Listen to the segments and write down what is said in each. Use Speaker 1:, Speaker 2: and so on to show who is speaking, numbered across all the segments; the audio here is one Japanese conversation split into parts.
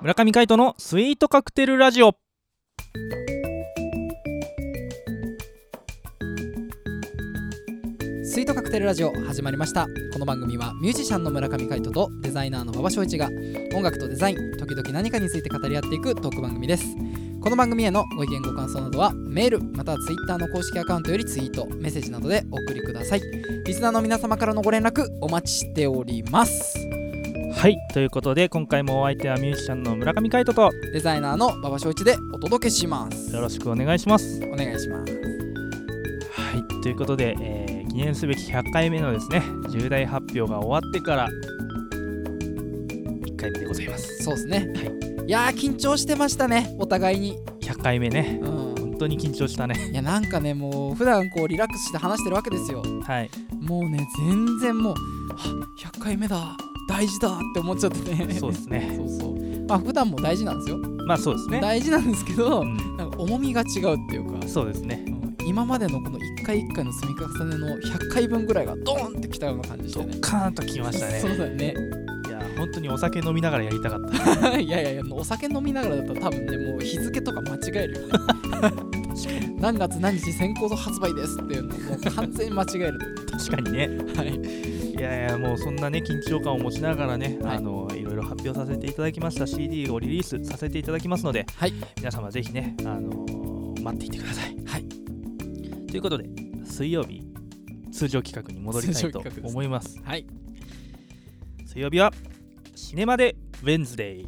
Speaker 1: 村上海人のスイートカクテルラジオ
Speaker 2: スイートカクテルラジオ始まりましたこの番組はミュージシャンの村上海人とデザイナーの馬場翔一が音楽とデザイン時々何かについて語り合っていくトーク番組ですこの番組へのご意見ご感想などはメールまたはツイッターの公式アカウントよりツイートメッセージなどでお送りくださいリスナーの皆様からのご連絡お待ちしております
Speaker 1: はいということで今回もお相手はミュージシャンの村上海人と
Speaker 2: デザイナーの馬場翔一でお届けします
Speaker 1: よろしくお願いします
Speaker 2: お願いします
Speaker 1: はいということで、えー記念すべき100回目のですね重大発表が終わってから1回目でございます
Speaker 2: そうですね、い、やー緊張してましたねお互いに
Speaker 1: 100回目ね
Speaker 2: うん
Speaker 1: 本当に緊張したね
Speaker 2: いやなんかねもう普段こうリラックスして話してるわけですよ
Speaker 1: はい
Speaker 2: もうね全然もうは100回目だ大事だって思っちゃってね
Speaker 1: そうですね
Speaker 2: そうそうまあ普段も大事なんですよ、
Speaker 1: まあそうですね、
Speaker 2: 大事なんですけど
Speaker 1: うん、
Speaker 2: なんか重みが違うっていうか
Speaker 1: そうですね
Speaker 2: うん今までのこの1回1回の積み重ねの100回分ぐらいがドーンってきたような感じし
Speaker 1: ド
Speaker 2: てね
Speaker 1: カーンときました
Speaker 2: そう
Speaker 1: ね
Speaker 2: だよね
Speaker 1: いや本当にお酒飲みながらやりたかった
Speaker 2: いやいやいやお酒飲みながらだったら多分ねもう日付とか間違えるよね何月何日先行発売ですっていうのをもう完全に間違える
Speaker 1: 確かにね
Speaker 2: はい
Speaker 1: いやいやもうそんなね緊張感を持ちながらね、
Speaker 2: はい
Speaker 1: あのいろいろ発表させていただきました CD をリリースさせていただきますので、
Speaker 2: はい
Speaker 1: 皆様ぜひね、あのー待っていてください。
Speaker 2: はい
Speaker 1: ということで水曜日通常企画に戻りたい
Speaker 2: 通常
Speaker 1: と
Speaker 2: 企画です
Speaker 1: 思います。
Speaker 2: はい
Speaker 1: 水曜日はシネマでウェンズデイ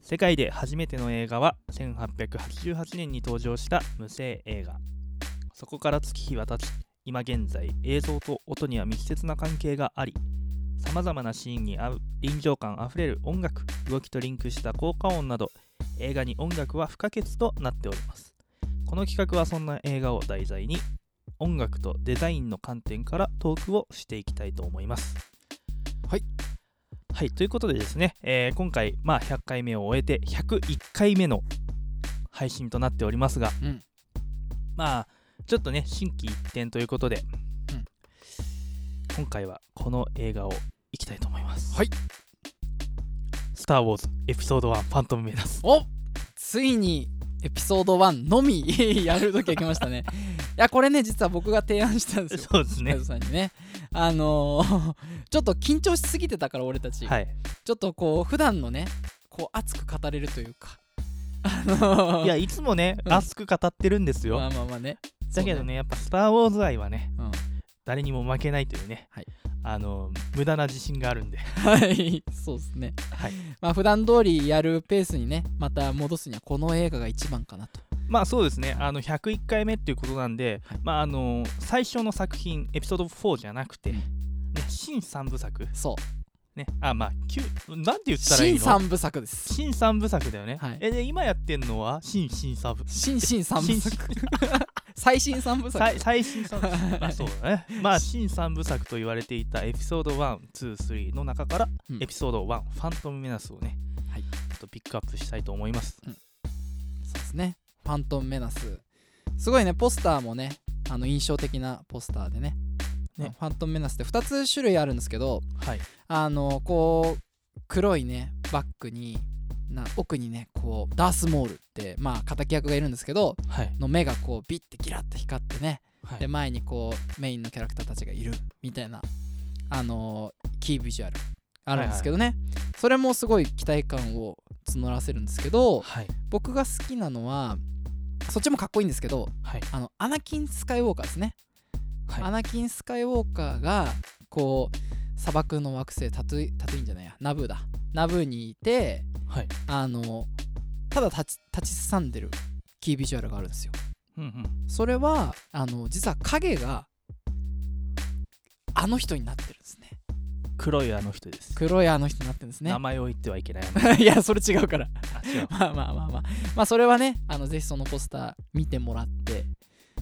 Speaker 1: 世界で初めての映画は1888年に登場した無声映画そこから月日は経ち今現在映像と音には密接な関係がありさまざまなシーンに合う臨場感あふれる音楽動きとリンクした効果音など映画に音楽は不可欠となっておりますこの企画はそんな映画を題材に音楽とデザインの観点からトークをしていきたいと思いますはい、ということでですね、えー今回、まあ、100回目を終えて101回目の配信となっておりますが、
Speaker 2: うん
Speaker 1: まあちょっとね心機一転ということで、
Speaker 2: うん
Speaker 1: 今回はこの映画をいきたいと思います。
Speaker 2: はい
Speaker 1: 「スター・ウォーズエピソード1ファントム・メナス
Speaker 2: おついにエピソード1のみ やるときが来ましたね。いやこれね実は僕が提案したん」ですよ。
Speaker 1: そうです
Speaker 2: 太
Speaker 1: ね
Speaker 2: 蔵。さんにねあのー ちょっと緊張しすぎてたから俺たち、
Speaker 1: はい、
Speaker 2: ちょっとこう普段のねこう熱く語れるというか あのー
Speaker 1: いやいつもね、
Speaker 2: うん
Speaker 1: 熱く語ってるんですよ。
Speaker 2: まあまあまあね
Speaker 1: だけどねやっぱ「スター・ウォーズ」愛はね
Speaker 2: そうね
Speaker 1: 誰にも負けないというね、
Speaker 2: はい
Speaker 1: あの無駄な自信があるん で。
Speaker 2: うんはいそうですね
Speaker 1: はい
Speaker 2: まあ普段通りやるペースにねまた戻すにはこの映画が一番かなと
Speaker 1: まあそうですねあの101回目っていうことなんで、
Speaker 2: はい
Speaker 1: まああの最初の作品エピソード4じゃなくて、
Speaker 2: うん
Speaker 1: ね、新3部作
Speaker 2: そう
Speaker 1: ねあまあ9なんて言ったらいい
Speaker 2: 新
Speaker 1: の
Speaker 2: 三部作です
Speaker 1: 新3部作だよね、
Speaker 2: はい
Speaker 1: えで今やってんのは新新3部
Speaker 2: 新新三部作最新三部作
Speaker 1: 最最新3部
Speaker 2: は
Speaker 1: 作
Speaker 2: い
Speaker 1: まあそうだねまあ新3部作と言われていたエピソード123の中から、
Speaker 2: うん
Speaker 1: エピソード1ファントムメナスをね、
Speaker 2: はい
Speaker 1: ちょっとピックアップしたいと思います、
Speaker 2: そうですね。ファントムメナス。すごいね、ポスターもね、あの印象的なポスターでね。
Speaker 1: ね
Speaker 2: ファントムメナスって2つ種類あるんですけど、
Speaker 1: はい
Speaker 2: あの、こう、黒いね、バッグに、な奥にね、こう、ダースモールって、まあ、敵役がいるんですけど、
Speaker 1: はい、
Speaker 2: の目がこう、ビッてギラッと光ってね、
Speaker 1: はい
Speaker 2: で、前にこう、メインのキャラクターたちがいる、みたいな、あの、キービジュアル、あるんですけどね、それもすごい期待感を募らせるんですけど、
Speaker 1: はい
Speaker 2: 僕が好きなのはそっちもかっこいいんですけど
Speaker 1: はい
Speaker 2: あのアナキン・スカイウォーカーですね、
Speaker 1: はい
Speaker 2: アナキン・スカイウォーカーがこう砂漠の惑星タトゥイタトゥインじゃないやナブーだナブーにいて
Speaker 1: はい
Speaker 2: あのただ立ち立ちすさんでるキービジュアルがあるんですよ
Speaker 1: うんうん
Speaker 2: それはあの実は影があの人になってるんですね
Speaker 1: 黒いあの人です
Speaker 2: 黒いあの人になってるんですね
Speaker 1: 名前を言ってはいけない
Speaker 2: いやそれ違うから
Speaker 1: 話を
Speaker 2: まあまあまあまあまあそれはねあのぜひそのポスター見てもらって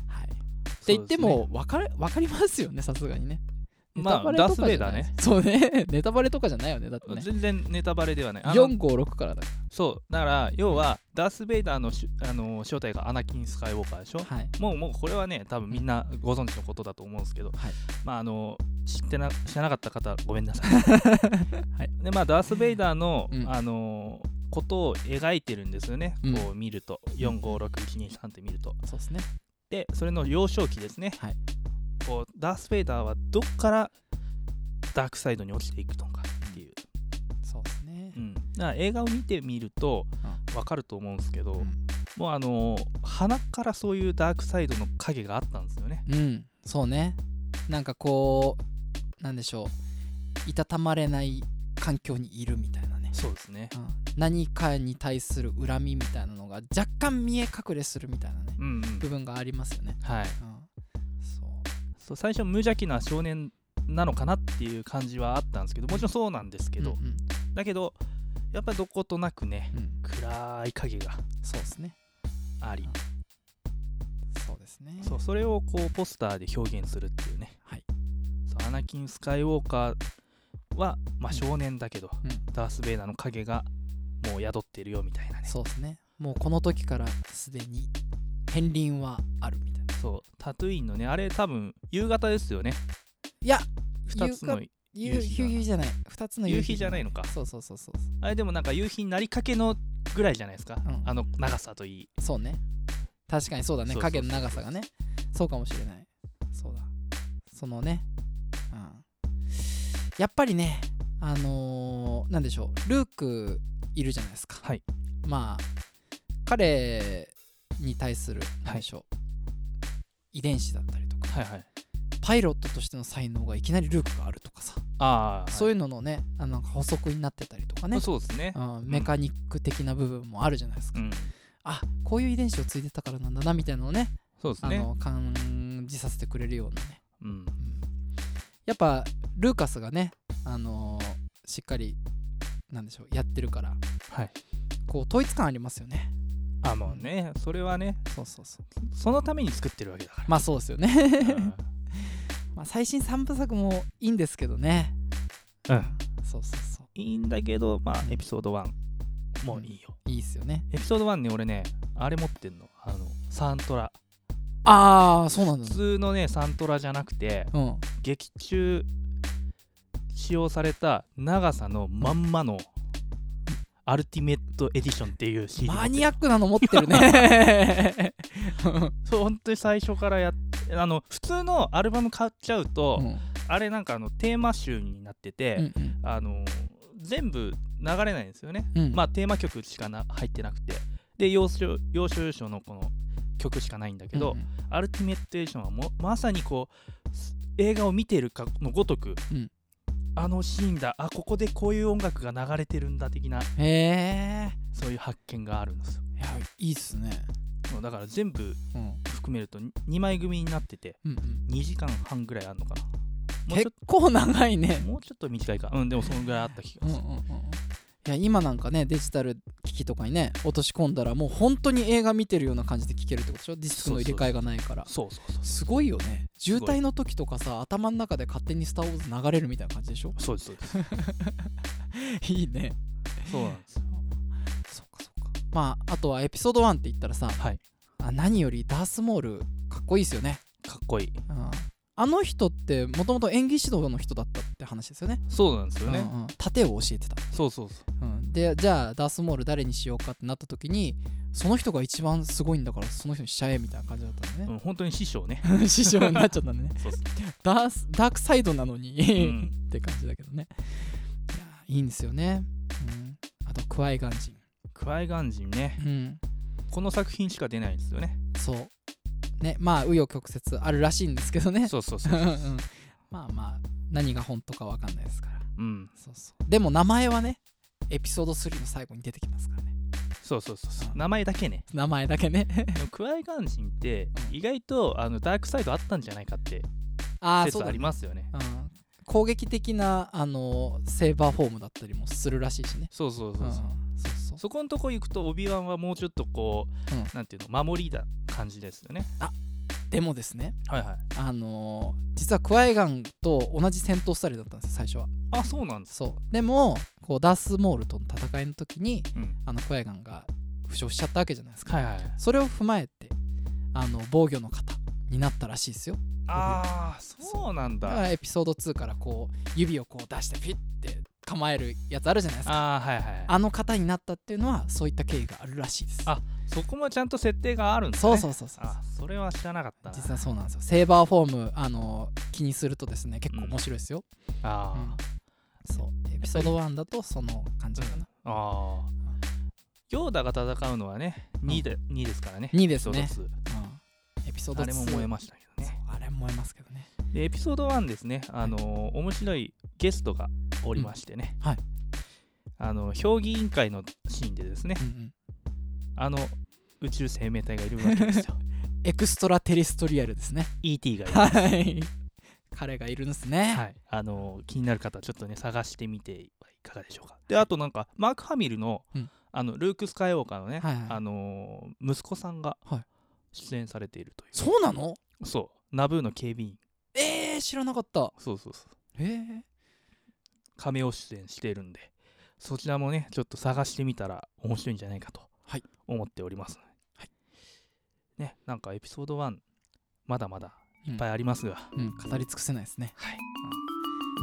Speaker 2: はいって言っても分かれ分かりますよねさすがにねネ
Speaker 1: ま
Speaker 2: タバ
Speaker 1: あ
Speaker 2: レと
Speaker 1: ダー
Speaker 2: かじ
Speaker 1: ス・
Speaker 2: ゃ
Speaker 1: ベイ
Speaker 2: な
Speaker 1: ダー
Speaker 2: い
Speaker 1: ね
Speaker 2: そうね ネタバレとかじゃないよねだってね
Speaker 1: 全然ネタバレではないあの
Speaker 2: 456からだか
Speaker 1: そうだから要はダース・ベイダーのしあの正体がアナキン・スカイウォーカーでしょ
Speaker 2: らはい
Speaker 1: もうもうこれはね多分みんなご存知のことだと思うんですけど、
Speaker 2: はい
Speaker 1: まああの知ってな知らなかった方ごめんな さい、はい、でまあダース・ベイダーの、
Speaker 2: うん
Speaker 1: あのことを描いてるんですよね、
Speaker 2: うん
Speaker 1: こう見ると456123って見ると
Speaker 2: そうですね
Speaker 1: でそれの幼少期ですね、
Speaker 2: はい
Speaker 1: こうダース・ベイダーはどっからダークサイドに落ちていくのかっていう、
Speaker 2: そうですね
Speaker 1: うん、だから映画を見てみると分かると思うんですけど、
Speaker 2: うん
Speaker 1: もうあの鼻からそういうダークサイドの影があったんですよね
Speaker 2: うんそうねなんかこうなんでしょういたたまれない環境にいるみたいなね、
Speaker 1: そうですね
Speaker 2: うん、何かに対する恨みみたいなのが若干見え隠れするみたいなね
Speaker 1: うん、うん
Speaker 2: 部、分がありますよね、
Speaker 1: はい
Speaker 2: うん、そう
Speaker 1: そう最初無邪気な少年なのかなっていう感じはあったんですけどもちろんそうなんですけど、
Speaker 2: うんうん
Speaker 1: だけどやっぱどことなくね
Speaker 2: うん
Speaker 1: 暗い影が
Speaker 2: そうですね
Speaker 1: あり、
Speaker 2: そうですね
Speaker 1: そうそれをこうポスターで表現するっていうね、
Speaker 2: はい
Speaker 1: そうアナキン・スカイウォーカーは、まあ、
Speaker 2: うん
Speaker 1: 少年だけど、
Speaker 2: うん
Speaker 1: ダース・ベイダーの影がもう宿ってるよみたいなね
Speaker 2: そうですねもうこの時からすでに片鱗はあるみたいな
Speaker 1: そうタトゥインのねあれ多分夕方ですよね
Speaker 2: いや
Speaker 1: 2つの
Speaker 2: 夕
Speaker 1: 夕日
Speaker 2: 夕
Speaker 1: が
Speaker 2: 日じゃない2つの
Speaker 1: 夕日じゃないいのか
Speaker 2: そうそうそうそう
Speaker 1: あれでもなんか夕日になりかけのぐらいじゃないですか、
Speaker 2: うん
Speaker 1: あの長さといい
Speaker 2: そうね確かにそうだね
Speaker 1: そうそうそう
Speaker 2: 影の長さがねそうかもしれないそうだそのねうんやっぱりねあのー、なんでしょうルークいるじゃないですか
Speaker 1: はい
Speaker 2: まあ彼に対するなんでしょう、遺伝子だったりとか
Speaker 1: はいはい
Speaker 2: パイロットとしての才能がいきなりルークがあるとかさ
Speaker 1: ああ
Speaker 2: そう
Speaker 1: い
Speaker 2: いうののねあのなんか補足になってたりとかね、
Speaker 1: そうですね
Speaker 2: うんメカニック的な部分もあるじゃないです
Speaker 1: う
Speaker 2: か、
Speaker 1: ん
Speaker 2: あこういう遺伝子をついてたからなんだなみたいなのをね
Speaker 1: そうです
Speaker 2: あ
Speaker 1: ね
Speaker 2: の感じさせてくれるようなね、
Speaker 1: うん
Speaker 2: うんやっぱルーカスがね、あのーしっかりなんでしょうやってるから
Speaker 1: はい
Speaker 2: こう統一感ありますよね
Speaker 1: あもうねそれはね
Speaker 2: そうそうそう
Speaker 1: そのために作ってるわけだから
Speaker 2: まあそうですよね
Speaker 1: うん
Speaker 2: まあ最新3部作もいいんですけどね
Speaker 1: うん
Speaker 2: そうそうそ
Speaker 1: いいんだけどまあエピソード1もういいよ、
Speaker 2: ういいっすよね
Speaker 1: エピソード1ね俺ねあれ持ってんのあのサントラ
Speaker 2: ああそうなんだ
Speaker 1: 普通のねサントラじゃなくて
Speaker 2: うん
Speaker 1: 劇中使用された長さのまんまのアルティメットエディションっていう CD
Speaker 2: マニアックなの持って るね。
Speaker 1: そう本当に最初からやっあの普通のアルバム買っちゃうと、
Speaker 2: うん
Speaker 1: あれなんかあのテーマ集になってて、
Speaker 2: うん
Speaker 1: あの全部流れないんですよね、
Speaker 2: うん
Speaker 1: まあテーマ曲しかな入ってなくてで要所要所要所のこの曲しかないんだけど、
Speaker 2: うん
Speaker 1: アルティメットエディションはもまさにこうす映画を見ているかのごとく、
Speaker 2: うん
Speaker 1: あのシーンだあここでこういう音楽が流れてるんだ的な
Speaker 2: うんへえ
Speaker 1: そういう発見があるんですよ
Speaker 2: いやいいっすね。
Speaker 1: もうだから全部
Speaker 2: うん
Speaker 1: 含めると2枚組になってて
Speaker 2: うんうん
Speaker 1: 2時間半ぐらいあるのかなもうちょ
Speaker 2: 結構長いね
Speaker 1: っ。もうちょっと短いかうんでもそのぐらいあった気
Speaker 2: う
Speaker 1: が
Speaker 2: ん
Speaker 1: す
Speaker 2: うん
Speaker 1: る、
Speaker 2: うんうんいや今なんかねデジタル機器とかにね落とし込んだらもう本当に映画見てるような感じで聴けるってことでしょディスクの入れ替えがないから
Speaker 1: そうそうそう
Speaker 2: すごいよね
Speaker 1: ご
Speaker 2: 渋
Speaker 1: い
Speaker 2: 滞の時とかさ頭の中で勝手に「スター・ウォーズ」流れるみたいな感じでしょ
Speaker 1: そうですそうです
Speaker 2: いいね
Speaker 1: そうなんですよ
Speaker 2: そうかそうかまああとはエピソード1って言ったらさ
Speaker 1: はい
Speaker 2: あ何よりダース・モールかっこいいですよね、
Speaker 1: かっこいい
Speaker 2: うんあの人ってもともと演技指導の人だったって話ですよね
Speaker 1: そうなんですよね、
Speaker 2: うんうん盾を教えてた、
Speaker 1: そうそうそう
Speaker 2: うんでじゃあダース・モール誰にしようかってなった時にその人が一番すごいんだからその人にしちゃえみたいな感じだったんだ
Speaker 1: う
Speaker 2: ね、
Speaker 1: ん本当に師匠ね
Speaker 2: 師匠になっちゃったんだ ね
Speaker 1: そうそう
Speaker 2: ダースダークサイドなのに、
Speaker 1: うん
Speaker 2: って感じだけどねいやいいんですよね、うん、あとクワイガン人
Speaker 1: クワイガン人ね
Speaker 2: うん
Speaker 1: この作品しか出ないんですよね
Speaker 2: そうねまあ紆余曲折あるらしいんですけどね
Speaker 1: そうそうそう
Speaker 2: うんまあまあ何が本当かわかんないですから
Speaker 1: うん
Speaker 2: そうそうでも名前はねエピソード3の最後に出てきますからね
Speaker 1: そうそうそうそう
Speaker 2: うん
Speaker 1: 名前だけね
Speaker 2: 名前だけね
Speaker 1: でもクワイガン人って
Speaker 2: うん
Speaker 1: 意外とあのダークサイドあったんじゃないかって
Speaker 2: ああそ
Speaker 1: 説
Speaker 2: うだ
Speaker 1: あり
Speaker 2: ね、
Speaker 1: ますよね
Speaker 2: うん、攻撃的なあのセーバーフォームだったりもするらしいしね
Speaker 1: そうそうそうそう、
Speaker 2: んそうそう
Speaker 1: そこのとこ行くとオビワンはもうちょっとこう、
Speaker 2: うん
Speaker 1: なんていうの守りだ感じですよね
Speaker 2: でもですね
Speaker 1: はいはい
Speaker 2: あのー実はクワイガンと同じ戦闘スタイルだったんですよ最初は
Speaker 1: あそうなんです
Speaker 2: そうでもこうダース・モールとの戦いの時に
Speaker 1: うん
Speaker 2: あのクワイガンが負傷しちゃったわけじゃないですか
Speaker 1: はいはい
Speaker 2: それを踏まえてあの防御の方になったらしいですよ
Speaker 1: ああそうなん
Speaker 2: だ
Speaker 1: だ
Speaker 2: からエピソード2からこう指をこう出してピッて構えるやつあるじゃないですか
Speaker 1: ああはいはい
Speaker 2: あの方になったっていうのはそういった経緯があるらしいです
Speaker 1: あそこもちゃんと設定があるんです
Speaker 2: そ
Speaker 1: ね
Speaker 2: うそうそうそう
Speaker 1: あそれは知らなかったな
Speaker 2: 実はそうなんですよセーバーフォームあの気にするとですね結構面白いですよ、
Speaker 1: あ
Speaker 2: うんそうエピソード1だとその感じかな、
Speaker 1: あああヨーダが戦うのはね2で二ですからね
Speaker 2: 2ですね
Speaker 1: エピソード
Speaker 2: うんエピソー
Speaker 1: 2あれ
Speaker 2: ド2
Speaker 1: も燃えましたけど
Speaker 2: そう
Speaker 1: ね
Speaker 2: あれ燃えますけどね
Speaker 1: でエピソード1ですねあのー面白いゲストがおりましてね、
Speaker 2: うんはい
Speaker 1: あの評議委員会のシーンでですね
Speaker 2: うんうん
Speaker 1: あの宇宙生命体がいるわけです よ
Speaker 2: エクストラテレストリアルですね
Speaker 1: ET がいる
Speaker 2: はい 彼がいるんですね、
Speaker 1: はい、あの気になる方はちょっとね探してみてはいかがでしょうかであとなんかマーク・ハミルの,、
Speaker 2: うん
Speaker 1: あのルーク・スカイウォーカーのね、
Speaker 2: はいはい
Speaker 1: あのー息子さんが
Speaker 2: はい
Speaker 1: 出演されているという、
Speaker 2: そうなの
Speaker 1: そうナブーの警備員
Speaker 2: えー、知らなかった
Speaker 1: そうそうそう
Speaker 2: えー、
Speaker 1: 亀を出演しているんでそちらもねちょっと探してみたら面白いんじゃないかと
Speaker 2: はい
Speaker 1: 思っております、
Speaker 2: はい
Speaker 1: ねなんかエピソード1まだまだ
Speaker 2: い
Speaker 1: いっぱいありますが、
Speaker 2: うん、語り尽くせないですね。
Speaker 1: はい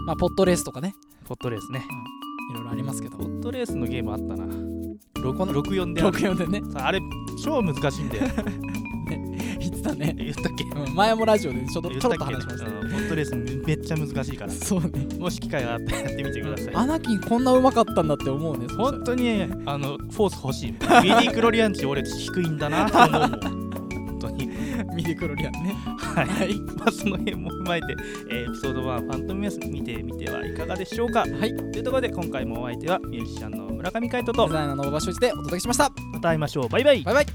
Speaker 2: まあ、ポットレースとかね、
Speaker 1: ポットレースね
Speaker 2: いろいろありますけど
Speaker 1: ポ、ットレースのゲームあったな
Speaker 2: この
Speaker 1: 64である
Speaker 2: 64でね、
Speaker 1: さああれ超難しいんだよ
Speaker 2: 言ってたね。
Speaker 1: 言ったっけ
Speaker 2: うん、前もラジオでちょっと
Speaker 1: 言っ
Speaker 2: ち
Speaker 1: た
Speaker 2: ょ
Speaker 1: っ
Speaker 2: ろ
Speaker 1: け
Speaker 2: っと話しましたね。
Speaker 1: うんポットレースめっちゃ難しいから
Speaker 2: そうね。
Speaker 1: もし機会があったらやってみてください、
Speaker 2: アナキンこんなうまかったんだって思うね。そ
Speaker 1: 本
Speaker 2: う
Speaker 1: 当にあのフォース欲しいミディクロリアン値俺低いんだなと思うもん本 当に
Speaker 2: ミディクロリアンね。
Speaker 1: はい、
Speaker 2: はい。
Speaker 1: まあ、その辺も踏まえて、えーエピソード1「ファントムメス」見てみてはいかがでしょうか
Speaker 2: はい。デ
Speaker 1: というところで今回もお相手はミュージシャンの村上海人とま
Speaker 2: ザイナーの馬場所一でお届けしました。
Speaker 1: た会いましょうバイバイ
Speaker 2: バイバイ。